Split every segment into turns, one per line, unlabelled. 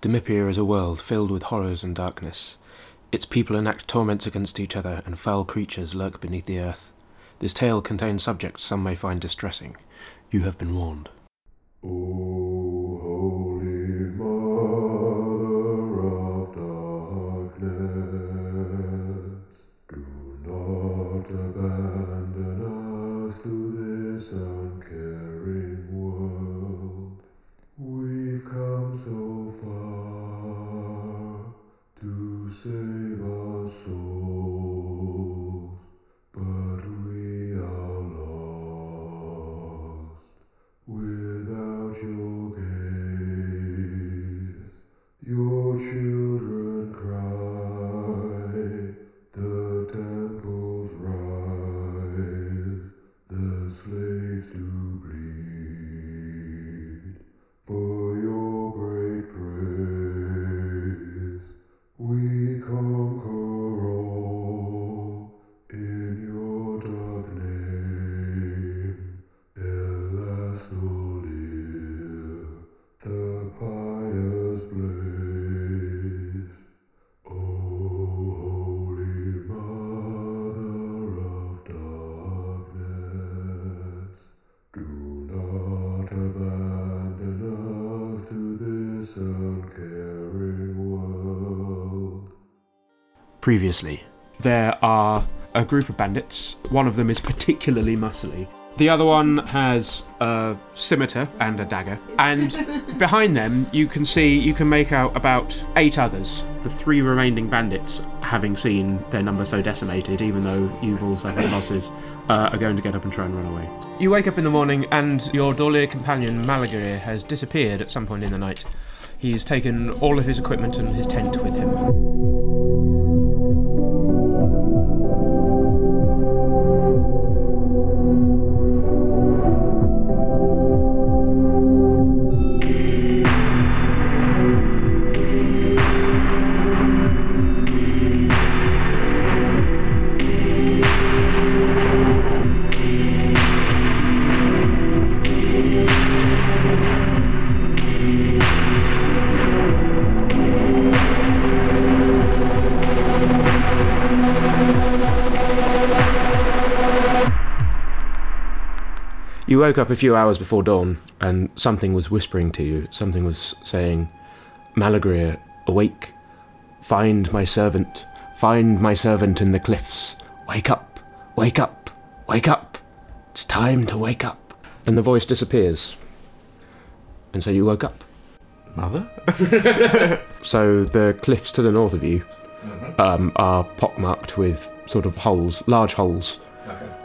Demipia is a world filled with horrors and darkness. Its people enact torments against each other, and foul creatures lurk beneath the earth. This tale contains subjects some may find distressing. You have been warned.
O Holy Mother of Darkness, do not abandon us to this uncaring world. We've come so far to save our souls, but we are lost. Without your gaze, your children cry, the temples rise, the slaves do bleed. For your great praise, we conquer all in your dark name. Elastolir, the pious blaze. O Holy Mother of Darkness, do not abandon us to this uncaring world.
Previously,
there are a group of bandits. One of them is particularly muscly. The other one has a scimitar and a dagger. And behind them, you can see, you can make out about eight others. The three remaining bandits, having seen their number so decimated, even though you've all suffered losses, uh, are going to get up and try and run away. You wake up in the morning, and your Dorlier companion, Malagir, has disappeared at some point in the night. He's taken all of his equipment and his tent with him.
You woke up a few hours before dawn, and something was whispering to you. Something was saying, Malagria, awake. Find my servant. Find my servant in the cliffs. Wake up. Wake up. Wake up. It's time to wake up. And the voice disappears. And so you woke up.
Mother?
So the cliffs to the north of you um, are pockmarked with sort of holes, large holes.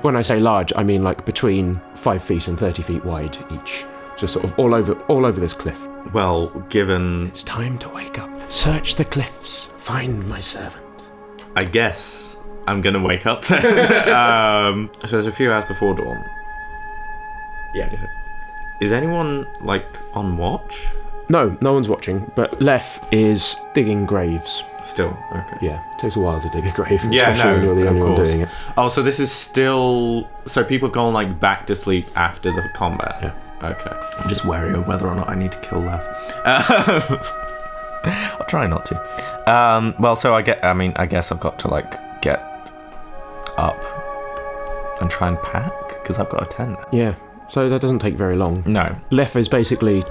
When I say large, I mean like between five feet and thirty feet wide each, just sort of all over, all over this cliff.
Well, given,
It's time to wake up. Search the cliffs. Find my servant.
I guess I'm gonna wake up. then. um, so it's a few hours before dawn.
Yeah.
Is anyone like on watch?
No, no one's watching. But Lef is digging graves.
Still. Okay.
Yeah, takes a while to dig a grave,
Yeah,
especially when
no,
you're the
of
only one
course.
doing it.
Oh, so this is still. So people have gone like back to sleep after the combat.
Yeah.
Okay. I'm just wary of whether or not I need to kill Lav. Um, I'll try not to. Um, well, so I get. I mean, I guess I've got to like get up and try and pack because I've got a tent.
Yeah, so that doesn't take very long.
No.
Lef is basically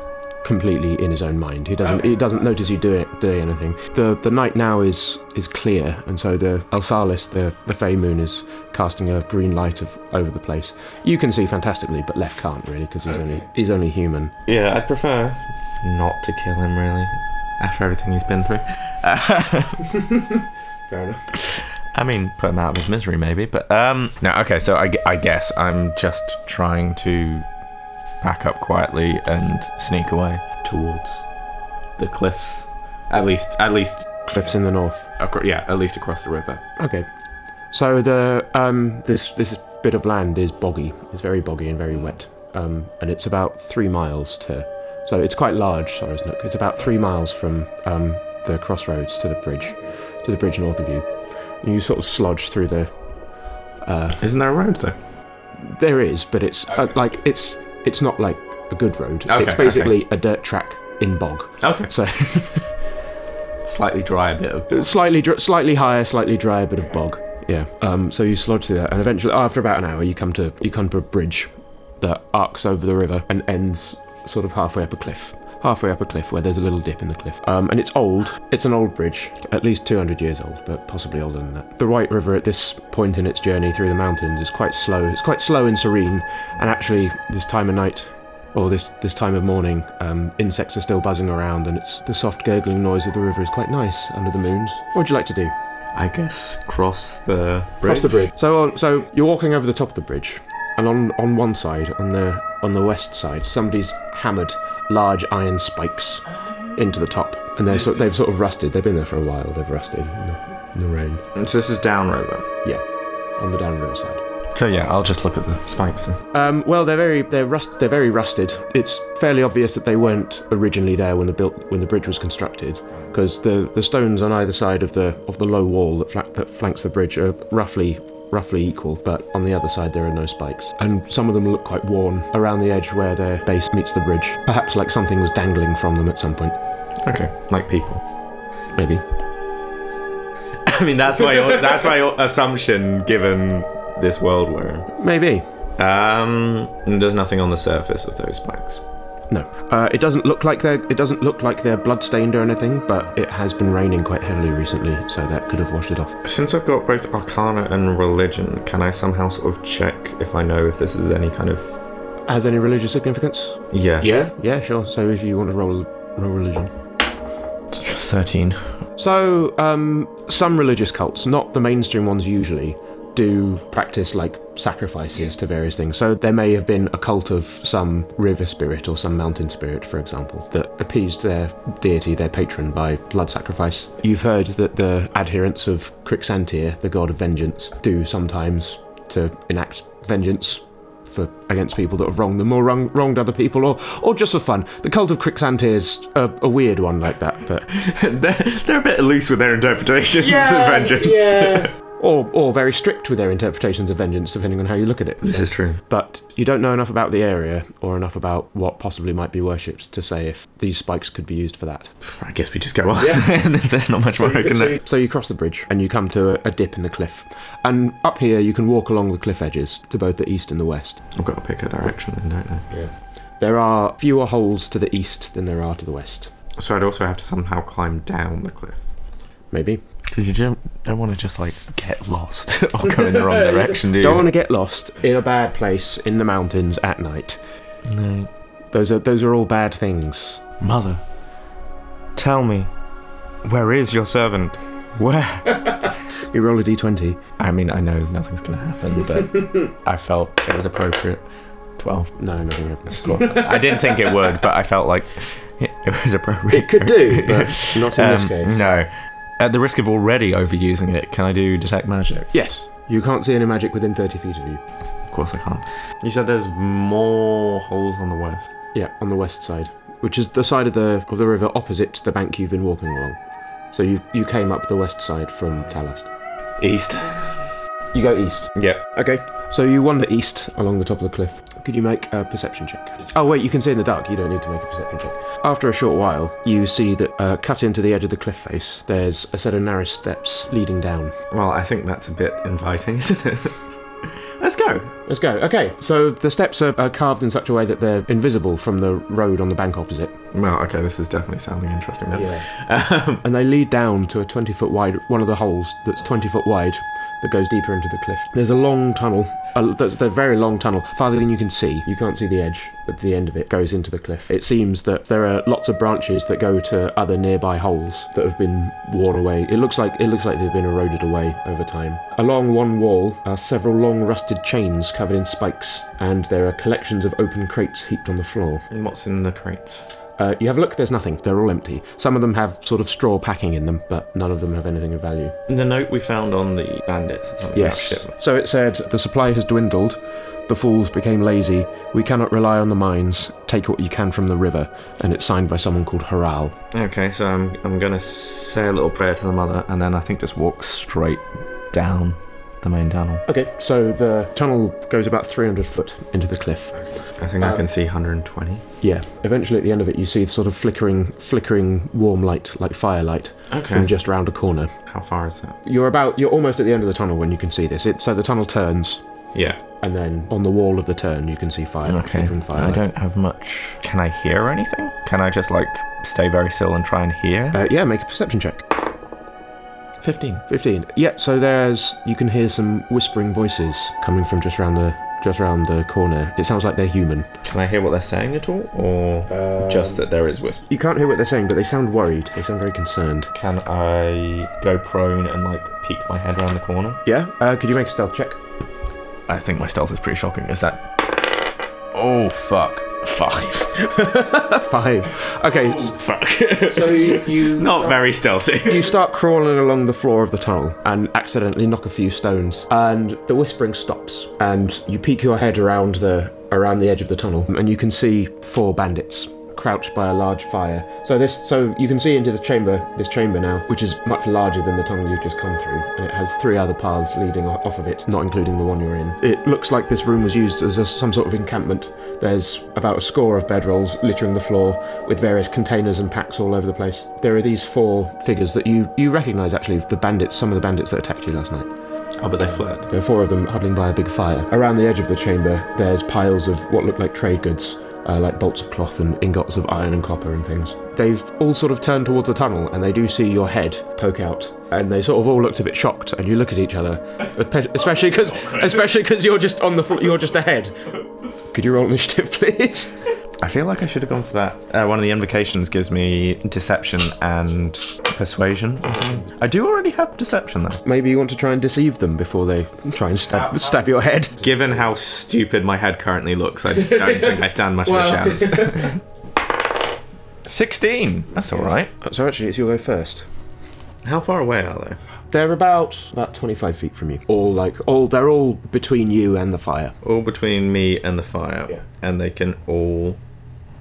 completely in his own mind. He doesn't he doesn't notice you do it doing anything. The the night now is is clear, and so the Elsalis, the the Fey Moon, is casting a green light of over the place. You can see fantastically, but Lef can't really because he's only he's only human.
Yeah, I'd prefer not to kill him really after everything he's been through.
Fair enough.
I mean, put him out of his misery, maybe. But um, no. Okay, so I, gu- I guess I'm just trying to back up quietly and sneak away towards the cliffs. At least, at least,
Cliffs in the north.
acro- yeah, at least across the river.
Okay. So the um, this this bit of land is boggy. It's very boggy and very wet, um, and it's about three miles to. So it's quite large, Sorrow's Nook. It's about three miles from um, the crossroads to the bridge, to the bridge north of you. And you sort of slodge through the. Uh,
Isn't there a road though?
there is, but it's uh,
Okay.
like it's it's not like a good road.
Okay,
it's
okay.
basically a dirt track in bog.
Okay.
So
Slightly dry, a bit of.
slightly dr- slightly higher, slightly drier bit of bog. Yeah. Um, so you slodge through that, and eventually, after about an hour, you come to you come to a bridge that arcs over the river and ends sort of halfway up a cliff. Halfway up a cliff where there's a little dip in the cliff. Um, and it's old. It's an old bridge, at least 200 years old, but possibly older than that. The White River at this point in its journey through the mountains is quite slow. It's quite slow and serene, and actually, this time of night, or this this time of morning, um, insects are still buzzing around, and it's the soft gurgling noise of the river is quite nice under the moons. What would you like to do?
I guess cross the bridge.
Cross the bridge. So on, so you're walking over the top of the bridge, and on on one side, on the on the west side, somebody's hammered large iron spikes into the top, and they're sort, they've sort of rusted. They've been there for a while. They've rusted in the, in the rain.
So this is down river.
Yeah, on the downriver side.
So yeah, I'll just look at the spikes. then.
Um, well, they're very they're rust they're very rusted. It's fairly obvious that they weren't originally there when the built when the bridge was constructed, because the, the stones on either side of the of the low wall that, fla- that flanks the bridge are roughly roughly equal, but on the other side there are no spikes, and some of them look quite worn around the edge where their base meets the bridge. Perhaps like something was dangling from them at some point.
Okay, like people.
Maybe.
I mean, that's my that's my assumption given this world we're in.
Maybe.
Um, and there's nothing on the surface of those spikes.
No. Uh, it doesn't look like they're it doesn't look like they're bloodstained or anything, but it has been raining quite heavily recently, so that could have washed it off.
Since I've got both Arcana and Religion, can I somehow sort of check if I know if this is any kind of
Has any religious significance?
yeah?
Yeah, yeah, sure. So if you want to roll, roll religion.
Thirteen.
So um, some religious cults, not the mainstream ones usually, do practice like sacrifices to various things. So there may have been a cult of some river spirit or some mountain spirit, for example, that appeased their deity, their patron, by blood sacrifice. You've heard that the adherents of Crixantir, the god of vengeance, do sometimes to enact vengeance for against people that have wronged them or wrong, wronged other people or or just for fun. The cult of Crixantir is a, a weird one like that, but
they're, they're a bit loose with their interpretations of vengeance.
or or very strict with their interpretations of vengeance, depending on how you look at it.
This is true.
But you don't know enough about the area or enough about what possibly might be worshipped to say if these spikes could be used for that.
I guess we just go on. and there's not much more I can do.
So you cross the bridge and you come to a, a dip in the cliff, and up here you can walk along the cliff edges to both the east and the west.
I've got to pick a direction then, don't I?
There are fewer holes to the east than there are to the west.
So I'd also have to somehow climb down the cliff.
Maybe.
Because you don't, don't want to just like get lost or go in the wrong direction, do you?
Don't want to get lost in a bad place in the mountains at night.
No.
Those are those are all bad things.
Mother, tell me, where is your servant? Where?
You roll a d20.
I mean, I know nothing's going to happen, but I felt it was appropriate. 12.
No, nothing happens.
I didn't think it would, but I felt like it, it was appropriate.
It could do, but not in this
Um,
case.
No. At the risk of already overusing it, can I do detect magic?
Yes. You can't see any magic within 30 feet of you.
Of course I can't. You said there's more holes on the west.
Yeah, on the west side, which is the side of the of the river opposite the bank you've been walking along. So you you came up the west side from Talast.
East.
You go east.
Yeah.
Okay. So you wander east along the top of the cliff. Could you make a perception check? Oh wait, you can see in the dark. You don't need to make a perception check. After a short while, you see that uh, cut into the edge of the cliff face. There's a set of narrow steps leading down.
Well, I think that's a bit inviting, isn't it? Let's go.
Let's go. Okay. So the steps are, are carved in such a way that they're invisible from the road on the bank opposite.
Well, okay, this is definitely sounding interesting then.
and they lead down to a 20 foot wide, one of the holes that's 20 foot wide that goes deeper into the cliff. There's a long tunnel, a, that's a very long tunnel, farther than you can see. You can't see the edge, but the end of it goes into the cliff. It seems that there are lots of branches that go to other nearby holes that have been worn away. It looks like it looks like they've been eroded away over time. Along one wall are several long rusted chains covered in spikes, and there are collections of open crates heaped on the floor.
And Um, what's in the crates?
Uh, you have a look, there's nothing. They're all empty. Some of them have sort of straw packing in them, but none of them have anything of value.
The note we found on the bandits. Or something About shipment.
So it said, the supply has dwindled. The fools became lazy. We cannot rely on the mines. Take what you can from the river. And it's signed by someone called Haral.
Okay, so I'm I'm gonna say a little prayer to the mother, and then I think just walk straight down the main tunnel.
Okay, so the tunnel goes about 300 foot into the cliff.
I think I
Um,
can see 120.
Yeah. Eventually, at the end of it, you see the sort of flickering, flickering warm light, like firelight, from just round a corner.
How far is that?
You're about, you're almost at the end of the tunnel when you can see this. It's so the tunnel turns,
Yeah.
and then on the wall of the turn, you can see fire.
Okay.
flickering firelight.
I don't have much. Can I hear anything? Can I just like stay very still and try and hear?
Uh, yeah, make a perception check.
15.
15. Yeah, so there's you can hear some whispering voices coming from just around the just around the corner. It sounds like they're human.
Can I hear what they're saying at all, or just that there is whisper?
You can't hear what they're saying, but they sound worried. They sound very concerned.
Can I go prone and like peek my head around the corner?
Yeah. Uh, could you make a stealth check?
I think my stealth is pretty shocking. Is that? Oh fuck! Five.
Five. Okay. s-
fuck.
So you
Not very stealthy.
you start crawling along the floor of the tunnel and accidentally knock a few stones, and the whispering stops, and you peek your head around the around the edge of the tunnel, and you can see four bandits crouched by a large fire. So this so you can see into the chamber this chamber now, which is much larger than the tunnel you've just come through, and it has three other paths leading o- off of it, not including the one you're in. It looks like this room was used as a, some sort of encampment. There's about a score of bedrolls littering the floor with various containers and packs all over the place. There are these four figures that you you recognise actually the bandits, some of the bandits that attacked you last night.
Oh, but they fled.
There are four of them huddling by a big fire. Around the edge of the chamber, there's piles of what look like trade goods, uh, like bolts of cloth and ingots of iron and copper and things. They've all sort of turned towards the tunnel, and they do see your head poke out, and they sort of all looked a bit shocked. And you look at each other, espe- especially because especially because you're just on the fl- you're just ahead. Could you roll initiative, please?
I feel like I should have gone for that. Uh, one of the invocations gives me deception and persuasion. or something. I do already have deception though.
Maybe you want to try and deceive them before they try and stab, stab your head.
Given how stupid my head currently looks, I don't think I stand much of a chance. 16. That's all right.
So actually, it's your go first.
How far away are
They're about about 25 feet from you. All like all they're all between you and the fire.
they? All between me and the fire.
Yeah.
And they can all.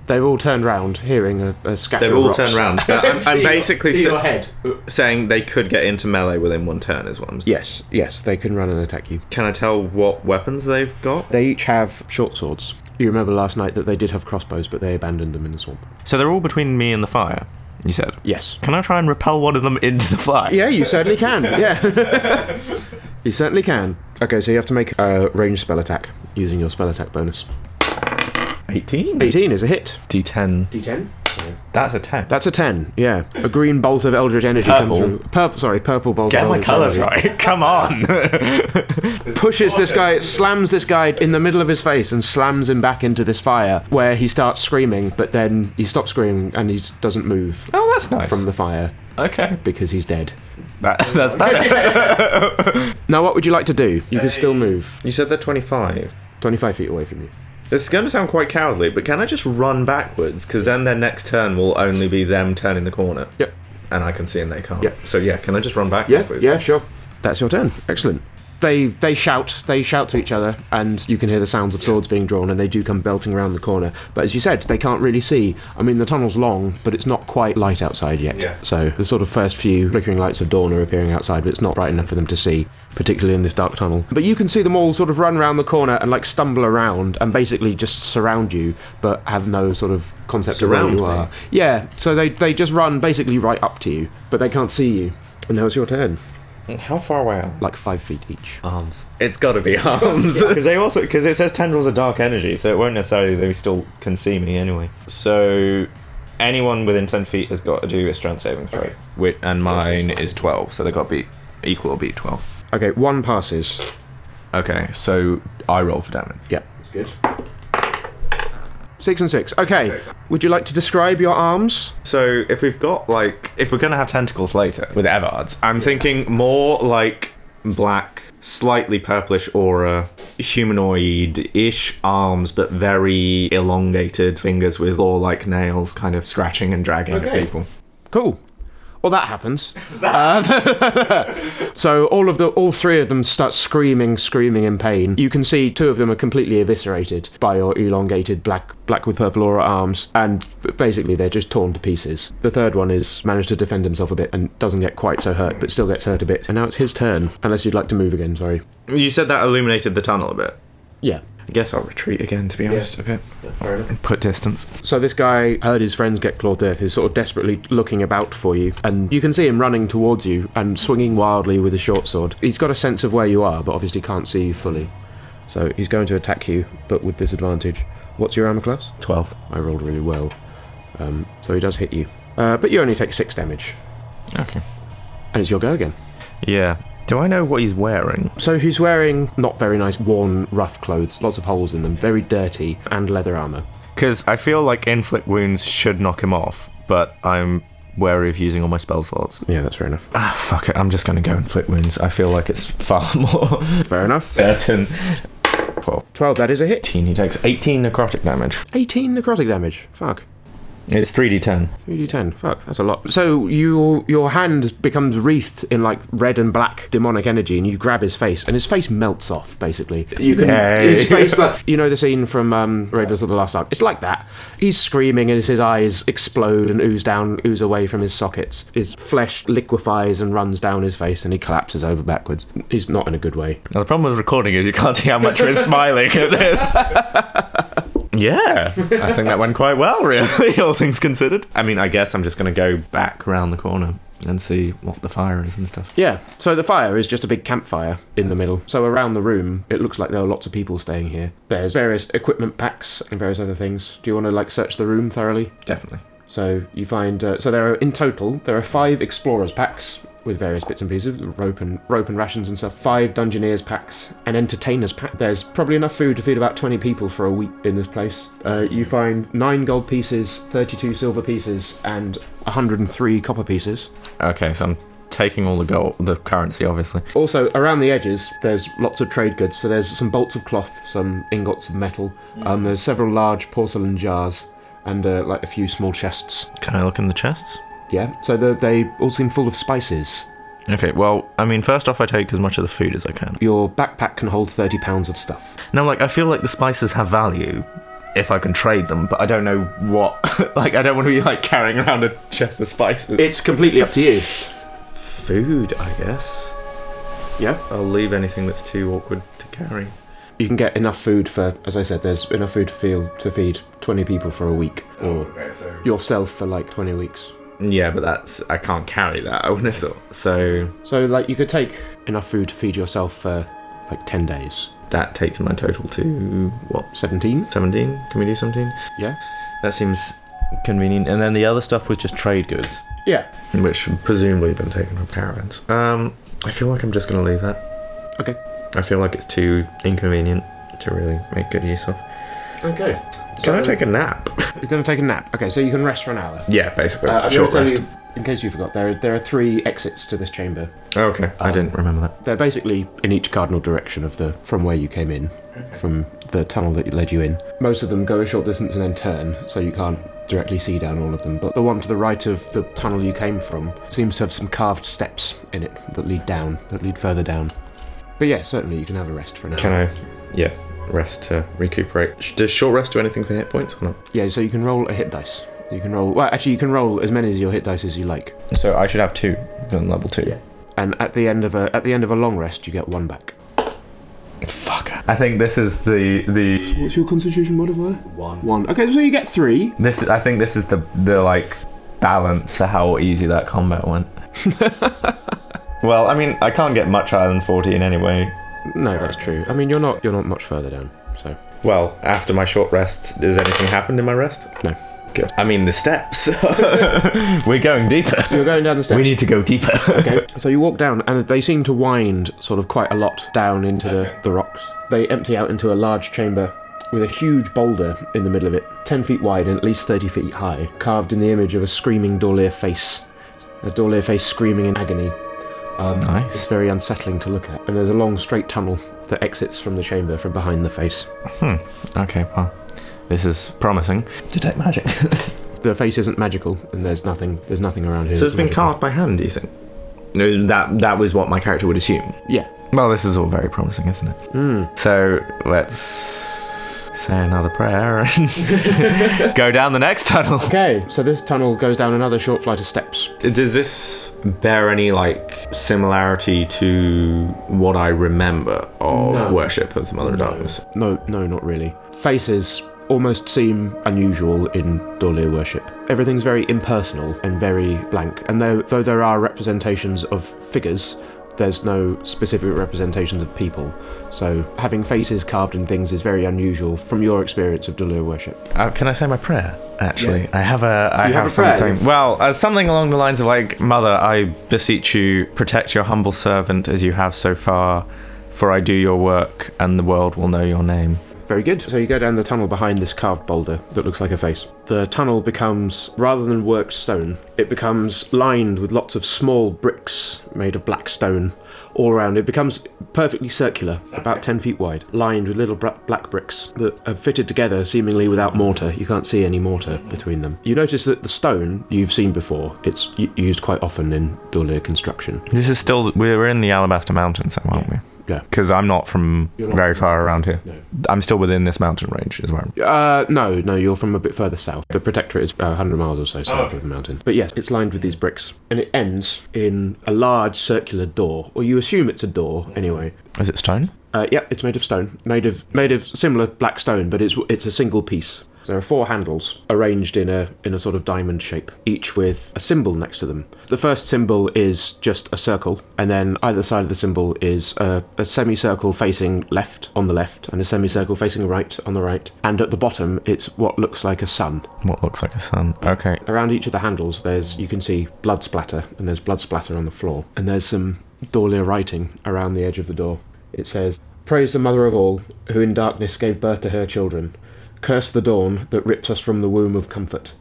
They've all turned round, hearing a, a scatter.
They've
of
all
rocks.
turned round. But I'm, I'm
See your-
basically
see
sa-
your head.
saying they could get into melee within one turn, is what I'm saying.
Yes, yes, they can run and attack you.
Can I tell what weapons they've got?
They each have short swords. You remember last night that they did have crossbows, but they abandoned them in the swamp.
So they're all between me and the fire, you said?
Yes.
Can I try and repel one of them into the fire?
Yeah, you certainly can. Yeah. you certainly can. Okay, so you have to make a ranged spell attack using your spell attack bonus.
18?
18 is a hit.
D10.
D10.
That's a 10.
That's a 10. Yeah. A green bolt of eldritch energy
Purple.
comes through. Purple, sorry, purple bolt
Get
of
my
eldritch
colours
energy.
right. Come on.
pushes this guy, slams this guy in the middle of his face, and slams him back into this fire, where he starts screaming, but then he stops screaming and he just doesn't move
Oh, that's nice.
from the fire
okay.
because he's dead.
That, that's better.
Now, what would you like to do? You can still move
You said they're 25.
25 feet away from you.
This is going to sound quite cowardly, but can I just run backwards? Because then their next turn will only be them turning the corner.
Yep.
And I can see and they can't.
Yep.
So yeah, can I just run backwards,
Yeah,
please?
yeah, sure. That's your turn. Excellent. They they shout, they shout to each other, and you can hear the sounds of swords being drawn, and they do come belting around the corner. But as you said, they can't really see. I mean, the tunnel's long, but it's not quite light outside yet.
Yeah.
So the sort of first few flickering lights of dawn are appearing outside, but it's not bright enough for them to see, particularly in this dark tunnel. But you can see them all sort of run round the corner and like stumble around and basically just surround you, but have no sort of concept
Surround
of where
me?
you are. Yeah. So they they just run basically right up to you, but they can't see you. And now it's your turn
How far away are
like five feet each.
Arms. It's got to be arms. Because they also because it says tendrils are dark energy, so it won't necessarily they still can see me anyway. So anyone within ten feet has got to do a strength saving throw, Whi- and mine is twelve, so they got to be equal or beat twelve.
Okay, one passes.
Okay, so I roll for damage.
Yeah. It's good. Six and six. Okay. Would you like to describe your arms?
So if we've got like if we're gonna have tentacles later with Everards, I'm thinking more like black, slightly purplish aura, humanoid-ish arms, but very elongated fingers with claw-like nails, kind of scratching and dragging at people.
Cool. Well, that happens. Um, so all of the, all three of them start screaming, screaming in pain. You can see two of them are completely eviscerated by your elongated black, black with purple aura arms, and basically they're just torn to pieces. The third one is managed to defend himself a bit and doesn't get quite so hurt, but still gets hurt a bit. And now it's his turn, unless you'd like to move again. Sorry.
You said that illuminated the tunnel a bit.
Yeah.
I guess I'll retreat again, to be honest. Okay. Put distance.
So this guy heard his friends get clawed to death. He's sort of desperately looking about for you, and you can see him running towards you and swinging wildly with a short sword. He's got a sense of where you are, but obviously can't see you fully. So he's going to attack you, but with disadvantage. What's your armor class?
12.
I rolled really well, um, so he does hit you, uh, but you only take six damage,
Okay.
and it's your go again.
Yeah. Do I know what he's wearing?
So he's wearing not very nice, worn, rough clothes, lots of holes in them, very dirty, and leather armor.
Because I feel like inflict wounds should knock him off, but I'm wary of using all my spell slots.
Yeah, that's fair enough.
Ah, fuck it. I'm just going to go inflict wounds. I feel like it's far more
Fair enough.
certain.
Twelve. That is a hit.
18, he takes 18 necrotic damage.
Eighteen necrotic damage. Fuck.
It's 3d10.
3d10. Fuck, that's a lot. So you, your hand becomes wreathed in like red and black demonic energy, and you grab his face, and his face melts off. Basically, you can
Yay.
his face like you know the scene from um, Raiders of the Lost Ark. It's like that. He's screaming, and his eyes explode and ooze down, ooze away from his sockets. His flesh liquefies and runs down his face, and he collapses over backwards. He's not in a good way.
Now, the problem with recording is you can't see how much we're smiling at this. yeah, I think that went quite well, really, all things considered. I mean, I guess I'm just going to go back around the corner and see what the fire is and stuff.
Yeah. So the fire is just a big campfire in the middle. So around the room, it looks like there are lots of people staying here. There's various equipment packs and various other things. Do you want to like search the room thoroughly?
Definitely.
So you find uh, so there are in total there are five explorers packs with various bits and pieces, rope and rope and rations and stuff. Five dungeoneers packs, an entertainers pack. There's probably enough food to feed about 20 people for a week in this place. Uh, you find nine gold pieces, 32 silver pieces, and 103 copper pieces.
Okay, so I'm taking all the gold, the currency, obviously.
Also, around the edges, there's lots of trade goods. So there's some bolts of cloth, some ingots of metal. Um, there's several large porcelain jars and uh, like a few small chests.
Can I look in the chests?
Yeah. So the, they all seem full of spices.
Okay, well, I mean, first off, I take as much of the food as I can.
Your backpack can hold 30 pounds of stuff.
Now, like, I feel like the spices have value if I can trade them, but I don't know what. like, I don't want to be, like, carrying around a chest of spices.
It's completely up to you.
food, I guess.
Yeah.
I'll leave anything that's too awkward to carry.
You can get enough food for, as I said, there's enough food to, feel, to feed 20 people for a week, or
Okay, so
yourself for like 20 weeks.
yeah, but that's I can't carry that. I wouldn't have thought. So
So, like, you could take enough food to feed yourself for like 10 days.
that takes my total to what
17?
seventeen? Can we do seventeen?
Yeah.
That seems convenient. And then the other stuff was just trade goods,
Yeah.
which presumably have been taken from caravans. Um, I feel like I'm just gonna leave that.
Okay.
I feel like it's too inconvenient to really make good use of.
Okay.
Can I take a nap?
You're going to take a nap. Okay, so you can rest for an hour.
yeah, basically
Uh, I'm
short
gonna
rest.
tell you, in case you forgot, there are, there are three exits to this chamber.
Oh, Okay, I didn't remember that.
They're basically in each cardinal direction of the from where you came in, from the tunnel that led you in. Most of them go a short distance and then turn, so you can't directly see down all of them. But the one to the right of the tunnel you came from seems to have some carved steps in it that lead down, that lead further down. But yeah, certainly you can have a rest for an hour.
Can I? Yeah, rest to recuperate. Sh- Does short rest do anything for hit points or not?
Yeah, so you can roll a hit dice. You can roll. Well, actually, you can roll as many as your hit dice as you like.
So I should have two. Gun level two.
Yeah. And at the end of a at the end of a long rest, you get one back.
Fuck. I think this is the the
What's your Constitution modifier?
one.
One. Okay, so you get three.
This is, I think this is the the like balance for how easy that combat went. well, I mean, I can't get much higher than fourteen anyway.
No, that's true. I mean, you're not you're not much further down. So
Well, after my short rest, does anything happen in my rest?
No.
Good. I mean, the steps. We're going deeper.
you're going down the steps.
We need to go deeper.
okay. So you walk down, and they seem to wind sort of quite a lot down into the, the rocks. They empty out into a large chamber with a huge boulder in the middle of it, ten feet wide and at least thirty feet high, carved in the image of a screaming Dorlier face, a Dorlier face screaming in agony. Um,
Nice.
It's very unsettling to look at, and there's a long straight tunnel that exits from the chamber from behind the face.
Okay, well, this is promising. Detect magic.
The face isn't magical, and there's nothing. There's nothing around here.
So it's
that's
been
magical.
carved by hand, do you think? No, that that was what my character would assume.
Yeah.
Well, this is all very promising, isn't it?
Mm.
So let's say another prayer and go down the next tunnel.
Okay, so this tunnel goes down another short flight of steps.
Does this bear any like similarity to what I remember of
No.
worship of the Mother of Darkness?
No, no, not really. Faces almost seem unusual in Dorlir worship. Everything's very impersonal and very blank. And though, though there are representations of figures, there's no specific representations of people. So having faces carved in things is very unusual from your experience of Dorlir worship.
Uh, can I say my prayer? Actually, I have a. I
You have
have,
a prayer?
something. Well, uh, something along the lines of like, Mother, I beseech you, protect your humble servant as you have so far, for I do your work, and the world will know your name.
Very good. So you go down the tunnel behind this carved boulder that looks like a face. The tunnel becomes, rather than worked stone, it becomes lined with lots of small bricks made of black stone all around. It becomes perfectly circular, about 10 feet wide, lined with little bra- black bricks that are fitted together seemingly without mortar. You can't see any mortar between them. You notice that the stone you've seen before, it's u- used quite often in Dulir construction.
This is still. We're in the Alabaster Mountains, though, aren't we?
Yeah.
Because I'm not from
You're not
very
from-
far around here.
No.
I'm still within this mountain range as well.
Uh, no, no, you're from a bit further south. The Protectorate is uh, 100 miles or so south of the mountain. But yes, it's lined with these bricks. And it ends in a large circular door, or you assume it's a door anyway.
Is it stone?
Uh, yeah, it's made of stone, made of made of similar black stone, but it's it's a single piece. There are four handles arranged in a in a sort of diamond shape, each with a symbol next to them. The first symbol is just a circle, and then either side of the symbol is a, a semicircle facing left on the left, and a semicircle facing right on the right. And at the bottom, it's what looks like a sun.
What looks like a sun. Okay.
Around each of the handles, there's you can see blood splatter, and there's blood splatter on the floor, and there's some Dorlier writing around the edge of the door. It says, "Praise the mother of all, who in darkness gave birth to her children. Curse the dawn that rips us from the womb of comfort.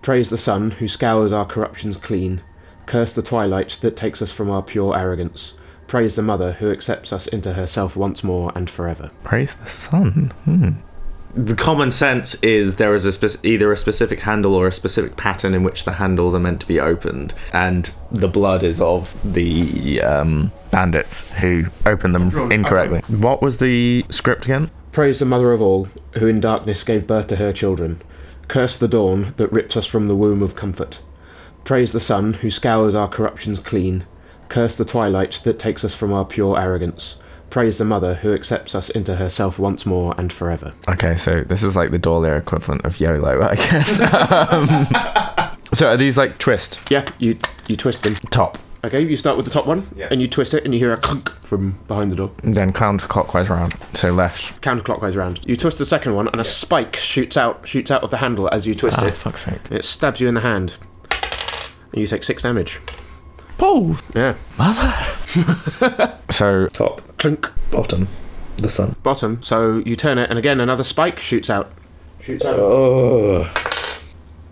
Praise the sun who scours our corruptions clean. Curse the twilight that takes us from our pure arrogance. Praise the mother who accepts us into herself once more and forever."
Praise the sun. Hmm.
The common sense is there is a spec- either a specific handle or a specific pattern in which the handles are meant to be opened, and the blood is of
the um, bandits who opened them incorrectly. What was the script again?
Praise the mother of all, who in darkness gave birth to her children. Curse the dawn that rips us from the womb of comfort. Praise the sun who scours our corruptions clean. Curse the twilight that takes us from our pure arrogance. Praise the mother who accepts us into herself once more and forever.
Okay, so this is like the Dorlier equivalent of YOLO, I guess. um, so are these like twist
Yeah, you you twist them.
top,
Okay, you start with the top one,
Yeah.
and you twist it, and you hear a clunk from behind the door.
then counterclockwise round, so left?
Counterclockwise round. You twist the second one, and a spike shoots out shoots out of the handle as you twist
Oh,
it.
fuck's sake!
It stabs you in the hand, and you take six damage.
Paul,
Yeah.
mother. so
top,
Clunk.
bottom, the sun.
bottom. So you turn it, and again another spike shoots out. Shoots out.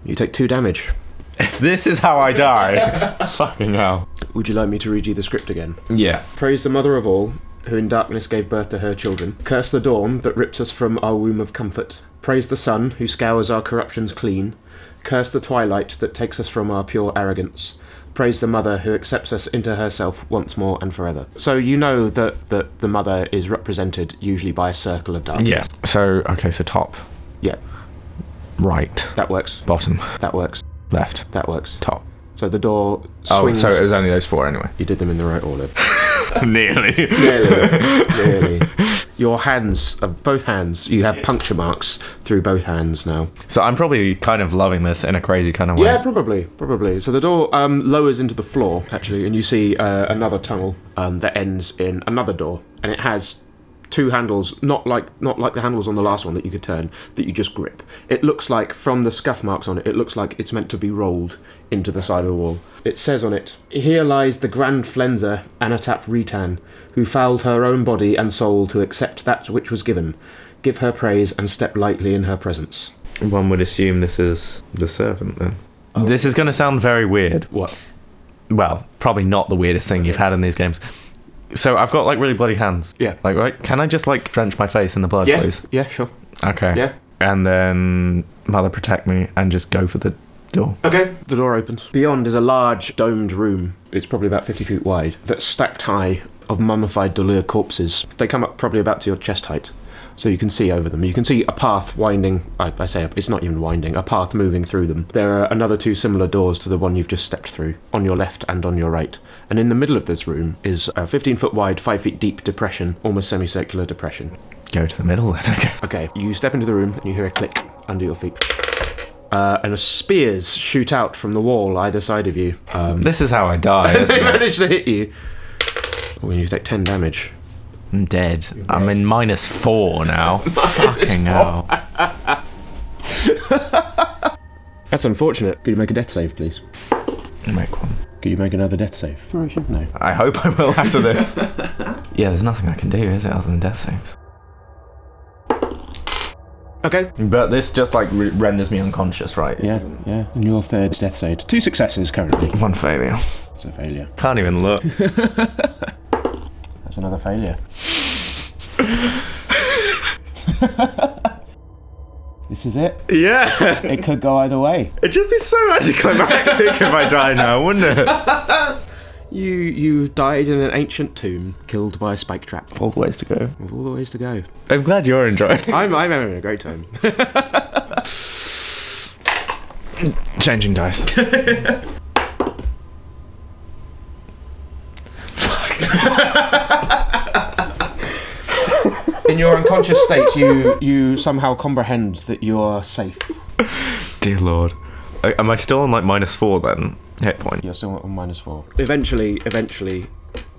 You take two damage.
if this is how I die, fucking hell.
Would you like me to read you the script again?
Yeah.
Praise the mother of all, who in darkness gave birth to her children. Curse the dawn that rips us from our womb of comfort. Praise the sun who scours our corruptions clean. Curse the twilight that takes us from our pure arrogance. Praise the mother who accepts us into herself once more and forever. So you know that, that the mother is represented usually by a circle of darkness.
Yeah. So okay, so top,
Yeah,
right,
that works.
bottom,
That works.
left,
That works.
top.
So the door
Oh,
swings.
so it was only those four anyway.
You did them in the right order.
Nearly.
Nearly. Nearly. Your hands, uh, both hands, you have puncture marks through both hands now.
So I'm probably kind of loving this in a crazy kind of way.
Yeah, probably, probably. So the door um, lowers into the floor, actually, and you see uh, another tunnel um, that ends in another door, and it has two handles, not like not like the handles on the last one that you could turn, that you just grip. It looks like from the scuff marks on it, it looks like it's meant to be rolled into the side of the wall. It says on it, "Here lies the Grand Flenser Anatap Retan, who fouled her own body and soul to accept that which was given." Give her praise and step lightly in her presence.
One would assume this is the servant then.
Oh.
This is going to sound very weird.
What?
Well, probably not the weirdest thing you've had in these games. So I've got like really bloody hands.
Yeah.
Like, right? Can I just like drench my face in the blood,
Yeah.
please?
Yeah, sure.
Okay.
Yeah.
And then mother protect me and just go for the door.
Okay. The door opens. Beyond is a large domed room. It's probably about 50 feet wide, that's stacked high of mummified Dolur corpses. They come up probably about to your chest height, so you can see over them. You can see a path winding. I, I say it's not even winding, a path moving through them. There are another two similar doors to the one you've just stepped through, on your left and on your right. And in the middle of this room is a 15 foot wide, 5 feet deep depression, almost semicircular depression.
Go to the middle then. Okay.
Okay, you step into the room and you hear a click under your feet. Uh, and a spears shoot out from the wall either side of you. Um,
This is how I die.
they
Isn't it?
manage to hit you. Oh, you take 10 damage.
I'm dead. I'm in minus four now. Fucking hell.
That's unfortunate. Could you make a death save, please?
Make one.
Could you make another death save? No.
I hope I will after this. yeah, there's nothing I can do, is it, other than death saves?
Okay.
But this just like re- renders me unconscious, right?
Yeah, yeah. And your third death save. Two successes currently.
One failure.
That's a failure.
Can't even look.
That's another failure. this is it.
Yeah,
It could go either way.
it'd just be so anticlimactic if I die now, wouldn't it?
You you died in an ancient tomb, killed by a spike trap.
All the ways to go.
With all the ways to go.
I'm glad you're enjoying.
I'm, I'm having a great time.
Changing dice.
In your unconscious state, you you somehow comprehend that you're safe.
Dear Lord, I, am I still on like minus four then? Hit point.
You're still on minus four. Eventually, eventually,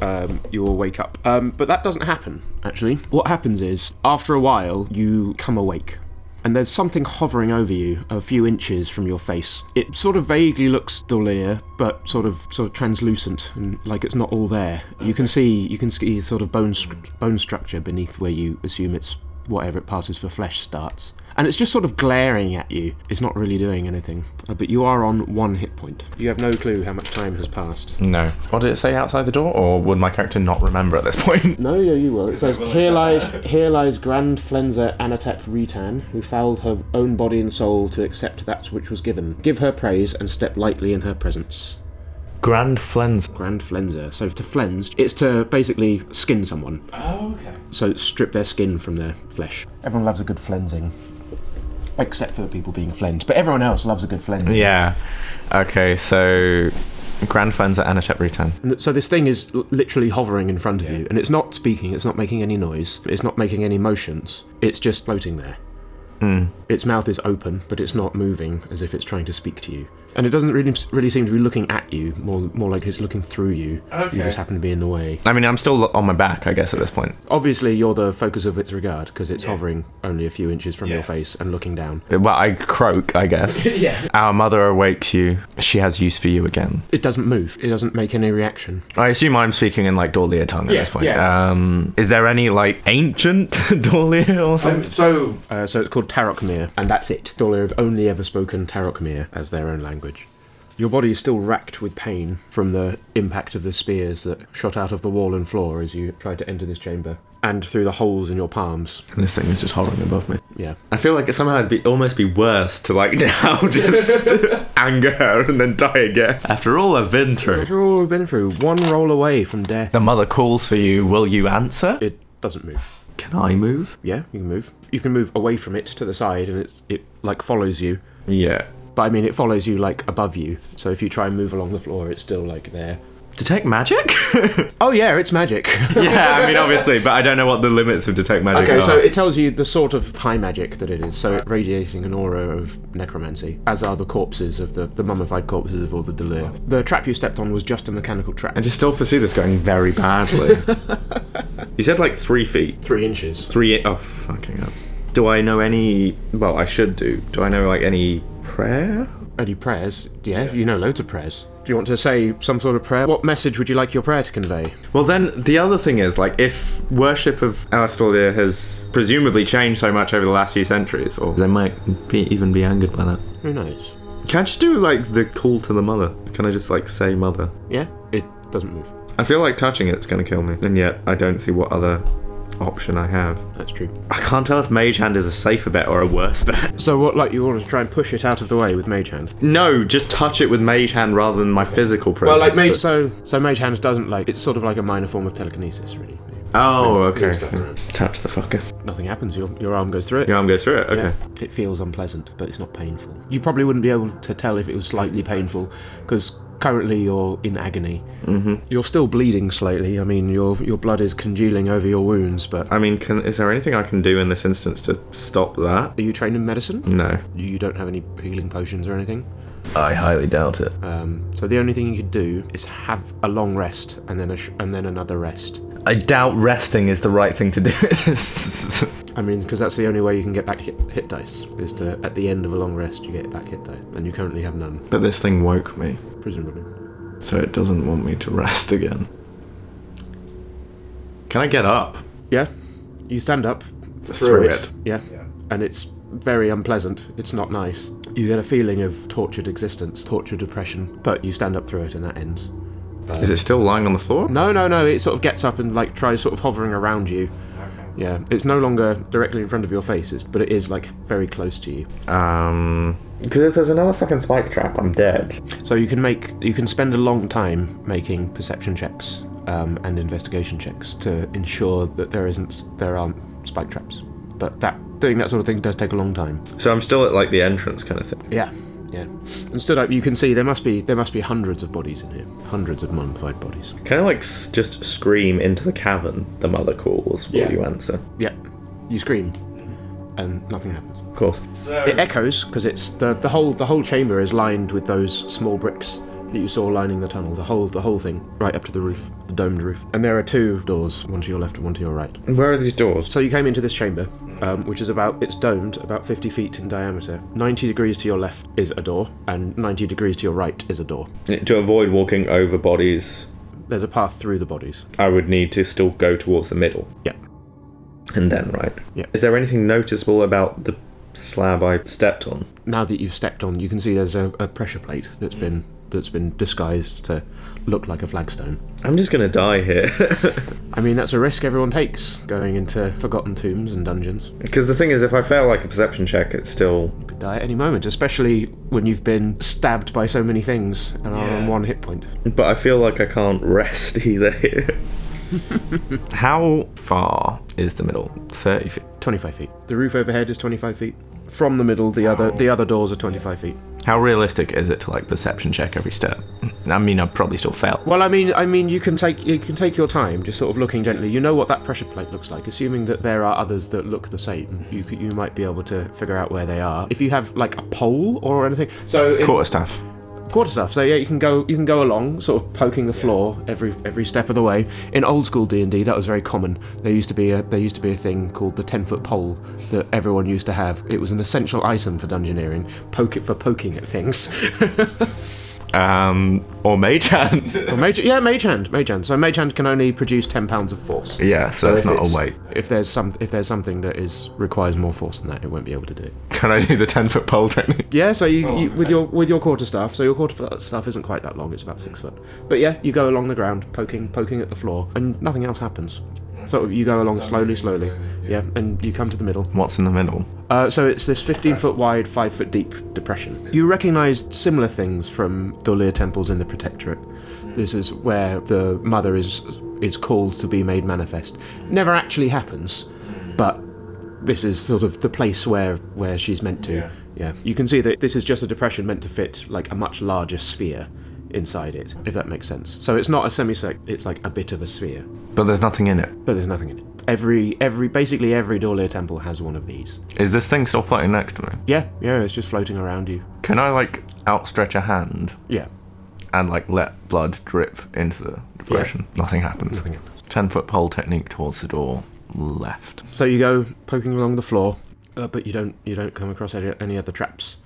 um, you will wake up. Um, but that doesn't happen, actually. What happens is, after a while, you come awake. And there's something hovering over you, a few inches from your face. It sort of vaguely looks Dolir, but sort of sort of translucent and like it's not all there. You can see you can see sort of bone stru- bone structure beneath where you assume it's whatever it passes for flesh starts, and it's just sort of glaring at you. It's not really doing anything, Uh, but you are on one hit point. You have no clue how much time has passed.
No. What did it say outside the door, or would my character not remember at this point?
No, yeah, you will. It says, here lies, here lies Grand Flenser Anatep Retan, who fouled her own body and soul to accept that which was given. Give her praise and step lightly in her presence.
Grand flens.
Grand Flenser. So to flens, it's to basically skin someone. Oh, okay. So strip their skin from their flesh. Everyone loves a good flensing. Except for the people being flensed. But everyone else loves a good flensing.
Yeah. Okay, so
Grand flens at Anatep Return.
And th- So this thing is l- literally hovering in front of you, and it's not speaking, it's not making any noise, it's not making any motions, it's just floating there. Its mouth is open, but it's not moving as if it's trying to speak to you. And it doesn't really really seem to be looking at you, more more like it's looking through you. You just happen to be in the way.
I mean, I'm still on my back, I guess, at this point.
Obviously, you're the focus of its regard because it's hovering only a few inches from your face and looking down.
Well, I croak, I guess. yeah. Our mother awakes you. She has use for you again.
It doesn't move. It doesn't make any reaction.
I assume I'm speaking in like Dorlier tongue at
Yeah,
this point.
yeah.
Um, is there any like ancient Dorlier or something?
So, uh, so it's called Tarokmir, and that's it. Dollar have only ever spoken Tarokmir as their own language. Your body is still racked with pain from the impact of the spears that shot out of the wall and floor as you tried to enter this chamber, and through the holes in your palms.
this thing is just hovering above me.
Yeah.
I feel like it somehow it'd be almost be worse to like now just anger her and then die again. After all I've been through.
After all we've been through, one roll away from death.
the mother calls for you. Will you answer?
It doesn't move.
Can I move?
Yeah, you can move. You can move away from it to the side, and it's, it like follows you.
Yeah.
But I mean, it follows you like above you. So if you try and move along the floor, it's still like there.
Detect magic?
Oh yeah, it's magic.
yeah, I mean obviously, but I don't know what the limits of detect magic
Okay,
are.
so it tells you the sort of high magic that it is. So it's radiating an aura of necromancy, as are the corpses of the, the mummified corpses of all the Delir. The trap you stepped on was just a mechanical trap.
I just still foresee this going very badly. you said like three feet.
three inches.
Three oh fucking up. Do I know any well I should do. Do I know like any prayer?
Any Oh, prayers? Yeah, you know loads of prayers. Do you want to say some sort of prayer? What message would you like your prayer to convey?
Well, then the other thing is like if worship of Alastair has presumably changed so much over the last few centuries, or they might be, even be angered by that.
Who knows?
Can I just do like the call to the mother? Can I just like say mother?
Yeah, it doesn't move.
I feel like touching it's gonna kill me, and yet I don't see what other option I have.
That's true.
I can't tell if Mage Hand is a safer bet or a worse bet.
So what? Like you want to try and push it out of the way with mage hand?
No, just touch it with Mage Hand rather than my physical presence.
well, like mage.
but-
So so mage hand doesn't like. It's sort of like a minor form of telekinesis, really.
Oh, okay.
Moves stuff around.
Touch the fucker.
Nothing happens. Your your arm goes through it.
Your arm goes through it. Okay.
Yeah. It feels unpleasant, but it's not painful. You probably wouldn't be able to tell if it was slightly painful, because currently you're in agony. Mm-hmm. You're still bleeding slightly. I mean, your your blood is congealing over your wounds, but.
I mean, can, is there anything I can do in this instance to stop that?
Are you trained in medicine?
No.
You don't have any healing potions or anything.
I highly doubt it.
Um, so the only thing you could do is have a long rest and then a sh- and then another rest.
I doubt resting is the right thing to do.
I mean, because that's the only way you can get back hit, hit dice is to at the end of a long rest you get back hit dice, and you currently have none,
but this thing woke me,
presumably.
so it doesn't want me to rest again. Can I get up?
Yeah, you stand up
Through it.
Yeah. and it's very unpleasant. It's not nice. You get a feeling of tortured existence, tortured depression, but you stand up through it, and that ends.
Is it still lying on the floor?
No, no, no. It sort of gets up and like tries sort of hovering around you. Yeah, it's no longer directly in front of your face, it's, but it is like very close to you.
Um. Because if there's another fucking spike trap, I'm dead.
So you can make you can spend a long time making perception checks um, and investigation checks to ensure that there isn't there aren't spike traps. But that doing that sort of thing does take a long time.
So I'm still at like the entrance kind of thing.
Yeah, yeah. And stood up, you can see there must be there must be hundreds of bodies in here, hundreds of mummified bodies.
Can I like s- just scream into the cavern? The mother calls. Will
Yeah.
you answer?
Yeah, you scream, and nothing happens.
Of course.
It echoes because it's the, the whole the whole chamber is lined with those small bricks that you saw lining the tunnel. The whole the whole thing, right up to the roof, the domed roof. And there are two doors, one to your left and one to your right.
Where are these doors?
So you came into this chamber, um, which is about it's domed, about 50 feet in diameter. 90 degrees to your left is a door, and 90 degrees to your right is a door.
To avoid walking over bodies,
There's a path through the bodies.
I would need to still go towards the middle.
Yeah.
And then right.
Yeah.
Is there anything noticeable about the slab I stepped on?
Now that you've stepped on, you can see there's a, a pressure plate that's been that's been disguised to look like a flagstone.
I'm just gonna die here.
I mean, that's a risk everyone takes going into forgotten tombs and dungeons.
Because the thing is, if I fail like a perception check, it's still.
You could die at any moment, especially when you've been stabbed by so many things and are on one hit point.
But I feel like I can't rest either here.
How far is the middle? 30 feet.
25 feet. The roof overhead is 25 feet. From the middle, the other the other doors are 25 feet.
How realistic is it to like perception check every step? I mean, I'd probably still fail.
Well, I mean, I mean, you can take you can take your time, just sort of looking gently. You know what that pressure plate looks like. Assuming that there are others that look the same, you could, you might be able to figure out where they are. If you have like a pole or anything, so in
Quarterstaff.
quarter stuff. So yeah, you can go you can go along, sort of poking the floor every every step of the way. In old school D and D, that was very common. There used to be a there used to be a thing called the ten foot pole that everyone used to have. It was an essential item for dungeoneering. Poke it for poking at things.
Um, or mage hand.
Or mage, yeah, mage hand, mage hand. So mage hand can only produce ten pounds of force.
yeah, so, that's
if
not
it's-
a weight.
If there's some, if there's something that is requires more force than that, it won't be able to do it.
Can I do the 10 foot pole technique?
Yeah, so you, you with your with your quarter staff, so your quarter staff isn't quite that long; it's about six foot. But yeah, you go along the ground, poking, poking at the floor, and nothing else happens. Sort of, you go along slowly, slowly, yeah. and you come to the middle.
What's in the middle?
Uh, so it's this 15 foot wide, 5 foot deep depression. You recognise similar things from Dolir temples in the Protectorate. This is where the mother is is called to be made manifest. Never actually happens, but this is sort of the place where where she's meant to. Yeah. You can see that this is just a depression meant to fit like a much larger sphere inside it, if that makes sense. So it's not a semicircle; it's like a bit of a sphere,
But there's nothing in it.
but there's nothing in it. Every every basically every Dolir temple has one of these.
Is this thing still floating next to me?
Yeah, yeah, it's just floating around you.
Can I like outstretch a hand
Yeah.
and like let blood drip into the depression? Nothing happens. Nothing happens. 10 foot pole technique towards the door. Left.
So you go poking along the floor, uh, but you don't you don't come across any, any other traps.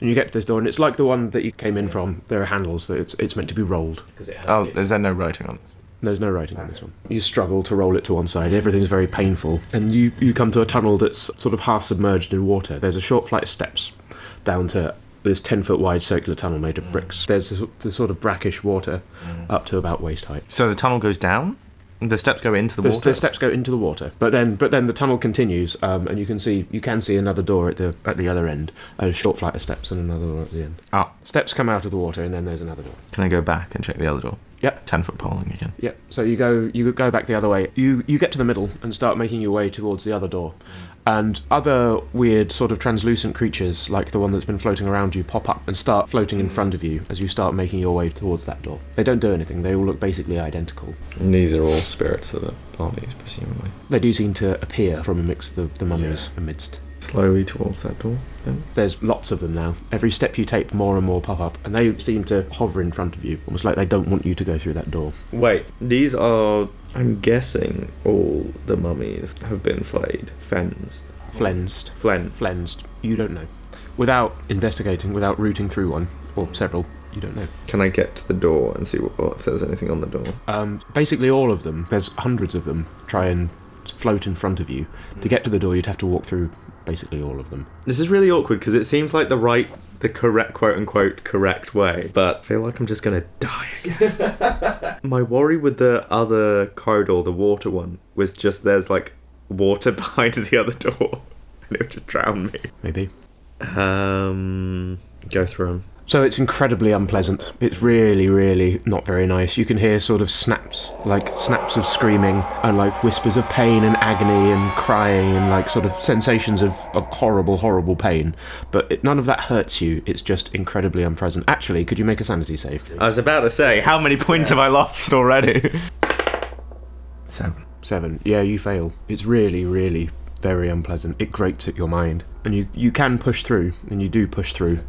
And you get to this door, and it's like the one that you came in from. There are handles that it's it's meant to be rolled. Uh,
Oh, is there no writing on it?
There's no writing on this one. You struggle to roll it to one side. Everything's very painful, and you you come to a tunnel that's sort of half submerged in water. There's a short flight of steps down to this ten foot wide circular tunnel made of bricks. There's the sort of brackish water up to about waist height.
So the tunnel goes down?
The steps go into the
The,
water.
the steps go into the water, but then but then the tunnel continues, um, and you can see you can see another door at the at the other end, a short flight of steps, and another door at the end.
Ah.
steps come out of the water, and then there's another door.
Can I go back and check the other door?
Yep.
Ten foot polling again.
Yep. So you go you go back the other way. You you get to the middle and start making your way towards the other door. And other weird sort of translucent creatures like the one that's been floating around you pop up and start floating in front of you as you start making your way towards that door. They don't do anything. They all look basically identical.
And these are all spirits that are bodies, presumably.
They do seem to appear from amidst the, the mummies amidst.
Slowly towards that door, then.
There's lots of them now. Every step you take, more and more pop up, and they seem to hover in front of you, almost like they don't want you to go through that door.
Wait, these are. I'm guessing all the mummies have been flayed, fens,
Flensed.
flen.
flensed. You don't know. Without investigating, without rooting through one or several, you don't know.
Can I get to the door and see what, what- if there's anything on the door?
Um, basically, all of them. There's hundreds of them. Try and float in front of you. To get to the door, you'd have to walk through basically all of them.
This is really awkward because it seems like the right, the correct, quote unquote, correct way, but I feel like I'm just gonna die again. My worry with the other corridor, the water one, was just there's like water behind the other door, and it would just drown me.
Maybe.
Um, go through them.
So it's incredibly unpleasant. It's really, really not very nice. You can hear sort of snaps, like snaps of screaming, and like whispers of pain and agony and crying and like sort of sensations of, of horrible, horrible pain. But it, none of that hurts you. It's just incredibly unpleasant. Actually, could you make a sanity save?
I was about to say, how many points have I lost already?
Seven.
Seven. Yeah, you fail. It's really, really very unpleasant. It grates at your mind. And you, you can push through, and you do push through,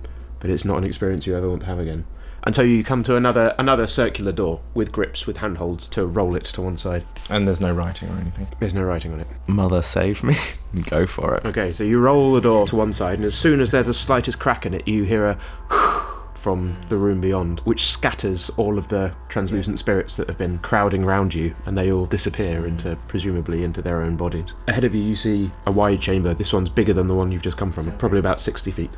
but it's not an experience you ever want to have again. Until you come to another another circular door with grips with handholds to roll it to one side.
And there's no writing or anything.
There's no writing on it.
Mother, save me. go for it.
Okay, so you roll the door to one side, and as soon as there's the slightest crack in it, you hear a from the room beyond, which scatters all of the translucent spirits that have been crowding round you, and they all disappear into presumably into their own bodies. Mm. Ahead of you, you see a wide chamber. This one's bigger than the one you've just come from, probably about 60 feet.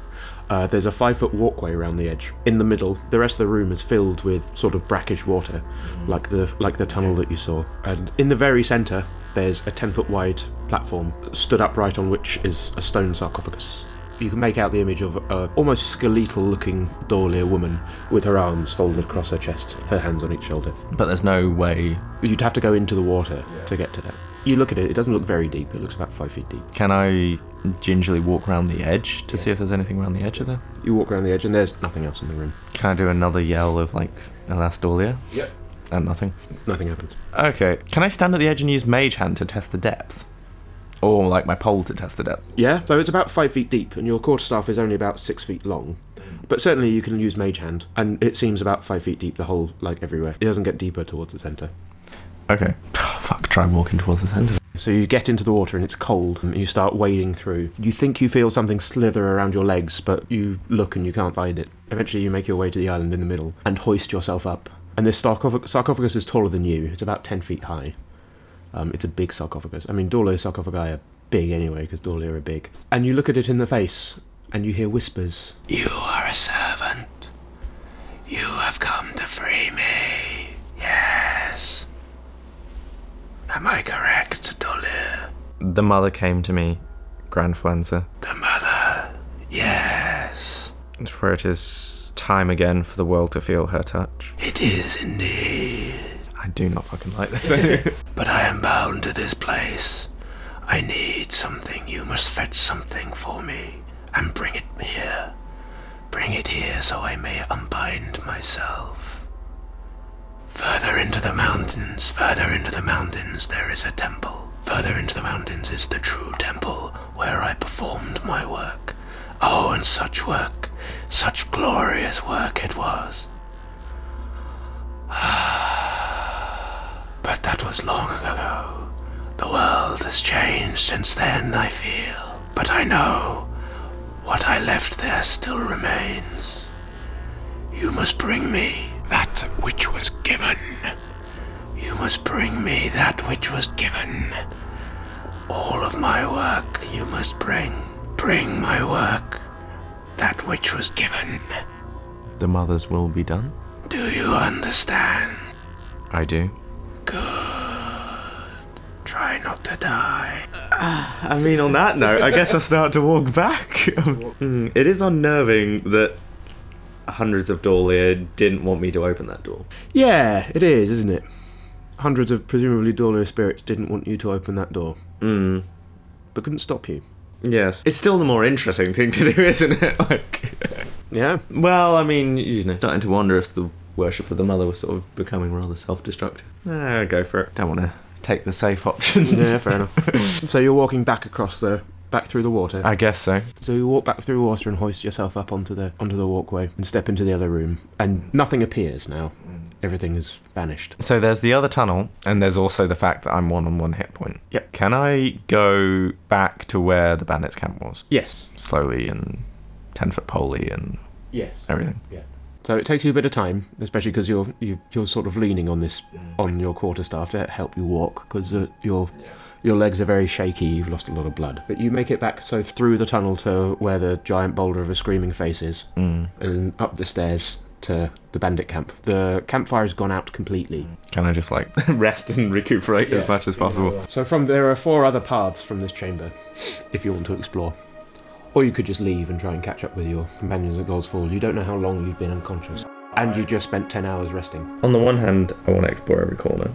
Uh, there's a five foot walkway around the edge. In the middle, the rest of the room is filled with sort of brackish water, like the like the tunnel that you saw. And in the very centre, there's a 10 foot wide platform stood upright on which is a stone sarcophagus. You can make out the image of a almost skeletal looking Dorlier woman with her arms folded across her chest, her hands on each shoulder.
But there's no way.
You'd have to go into the water to get to that. You look at it, it doesn't look very deep, it looks about five feet deep.
Can I gingerly walk around the edge to see if there's anything around the edge of there?
You walk around the edge and there's nothing else in the room.
Can I do another yell of like Elastolia?
Yep.
And nothing.
Nothing happens.
Okay. Can I stand at the edge and use Mage Hand to test the depth? Or like my pole to test the depth?
Yeah, so it's about five feet deep, and your quarterstaff is only about six feet long. But certainly you can use Mage Hand, and it seems about five feet deep the whole, like everywhere. It doesn't get deeper towards the centre.
Okay. fuck, try walking towards the center.
So you get into the water and it's cold, and you start wading through. You think you feel something slither around your legs, but you look and you can't find it. Eventually, you make your way to the island in the middle and hoist yourself up. And this sarcophag- sarcophagus is taller than you. It's about ten feet high. Um, it's a big sarcophagus. I mean, Dorlo sarcophagi are big anyway, because Dorlo are big. And you look at it in the face, and you hear whispers.
You are a servant. You have come to free me. Yes. Am I correct, Dolir?
The mother came to me, Grand Flanzer.
The mother. Yes.
For it is time again for the world to feel her touch.
It is indeed.
I do not fucking like this.
But I am bound to this place. I need something. You must fetch something for me and bring it here. Bring it here so I may unbind myself. Further into the mountains, further into the mountains, there is a temple. Further into the mountains is the true temple where I performed my work. Oh, and such work, such glorious work it was. But that was long ago. The world has changed since then, I feel. But I know what I left there still remains. You must bring me that which was given. You must bring me that which was given. All of my work you must bring. Bring my work. That which was given.
the mother's will be done.
Do you understand?
I do.
Good. Try not to die.
I mean, on that note, I guess I'll start to walk back. Hmm, it is unnerving that hundreds of Dahlia didn't want me to open that door.
Yeah, it is, isn't it? Hundreds of presumably Dorlo spirits didn't want you to open that door,
Mm,
but couldn't stop you.
yes. It's still the more interesting thing to do, isn't it? Like,
Yeah?
well, I mean, you know, starting to wonder if the worship of the mother was sort of becoming rather self-destructive. Nah, go for it. Don't want to take the safe option.
Yeah, fair enough. so you're walking back across the. Back through the water.
I guess so.
So you walk back through the water and hoist yourself up onto the onto the walkway and step into the other room. And nothing appears now. Everything has vanished.
So there's the other tunnel, and there's also the fact that I'm one on one hit point.
Yep.
Can I go back to where the bandits' camp was
Yes.
slowly and ten foot poley and
Yes.
everything?
So it takes you a bit of time, especially because you're you, you're sort of leaning on this on your quarterstaff to help you walk because uh, your your legs are very shaky. You've lost a lot of blood, but you make it back so through the tunnel to where the giant boulder of a screaming face is,
Mm.
and up the stairs to the bandit camp. The campfire has gone out completely.
Can I just like
Rest and recuperate as much as possible.
Mm.
So from there are four other paths from this chamber, if you want to explore. Or you could just leave and try and catch up with your companions at Gold's Falls. You don't know how long you've been unconscious. And you just spent 10 hours resting.
On the one hand, I want to explore every corner.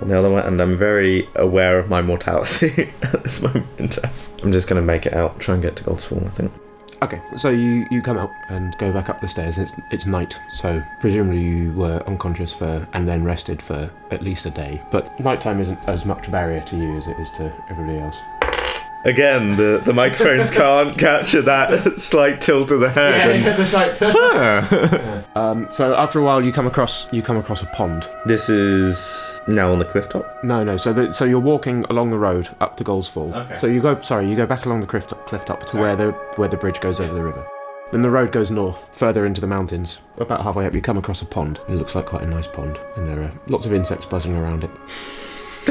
On the other hand, I'm very aware of my mortality at this moment in time. I'm just going to make it out, try and get to Gold's Fall, I think.
Okay, so you, you come out and go back up the stairs. It's, it's night, so presumably you were unconscious for and then rested for at least a day. But nighttime isn't as much a barrier to you as it is to everybody else.
Again, the, the microphones can't capture that slight tilt of the head.
Um, so after a while, you come across you come across a pond.
This is now on the cliff top.
No, no. So, the, so you're walking along the road up to Gold's Fall.
Okay.
So you go, sorry, you go back along the cliff, cliff top to where the where the bridge goes over the river. Then the road goes north, further into the mountains. About halfway up, you come across a pond. It looks like quite a nice pond, and there are lots of insects buzzing around it.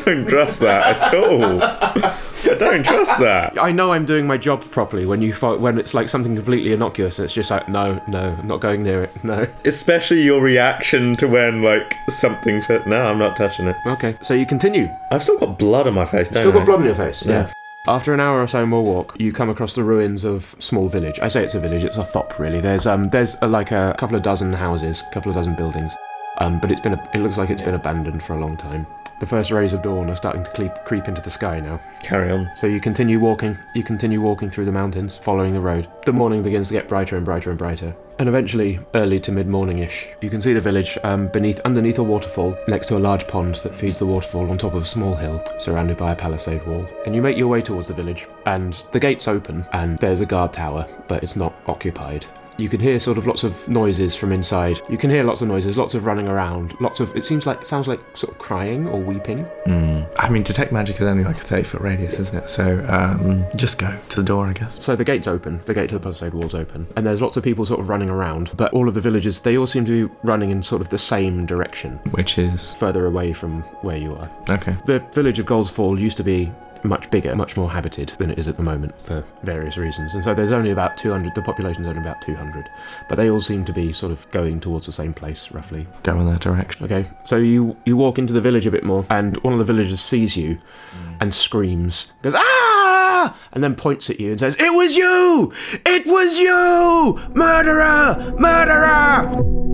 Don't trust that at all. I don't trust that.
I know I'm doing my job properly when you fo- when it's like something completely innocuous, and it's just like, no, no, I'm not going near it. No.
Especially your reaction to when, like, something fit. No, I'm not touching it.
Okay. So you continue.
I've still got blood on my face, don't
Still
I?
got blood on your face.
Yeah.
After an hour or so more walk, you come across the ruins of small village. I say it's a village; it's a thop, really. There's um, there's uh like a couple of dozen houses, a couple of dozen buildings, um, but it's been a, it looks like it's been abandoned for a long time. The first rays of dawn are starting to creep, creep into the sky now.
Carry on.
So you continue walking, you continue walking through the mountains, following the road. The morning begins to get brighter and brighter and brighter. And eventually, early to mid morning ish, you can see the village um, beneath, underneath a waterfall, next to a large pond that feeds the waterfall on top of a small hill, surrounded by a palisade wall. And you make your way towards the village, and the gates open, and there's a guard tower, but it's not occupied. You can hear sort of lots of noises from inside. You can hear lots of noises, lots of running around, lots of it seems like sounds like sort of crying or weeping.
Mm. I mean, detect magic is only like a 30 foot radius, isn't it? So um, just go to the door, I guess.
So the gate's open, the gate to the palisade wall's open, and there's lots of people sort of running around, but all of the villagers, they all seem to be running in sort of the same direction,
Which is.
further away from where you are.
Okay.
The village of Gold's Fall used to be much bigger, much more habited than it is at the moment for various reasons, and so there's only about 200, the population's only about 200, but they all seem to be sort of going towards the same place, roughly.
Go in that direction.
Okay, so you, you walk into the village a bit more, and one of the villagers sees you and screams, goes, ah! And then points at you and says, It was you! It was you! Murderer! Murderer!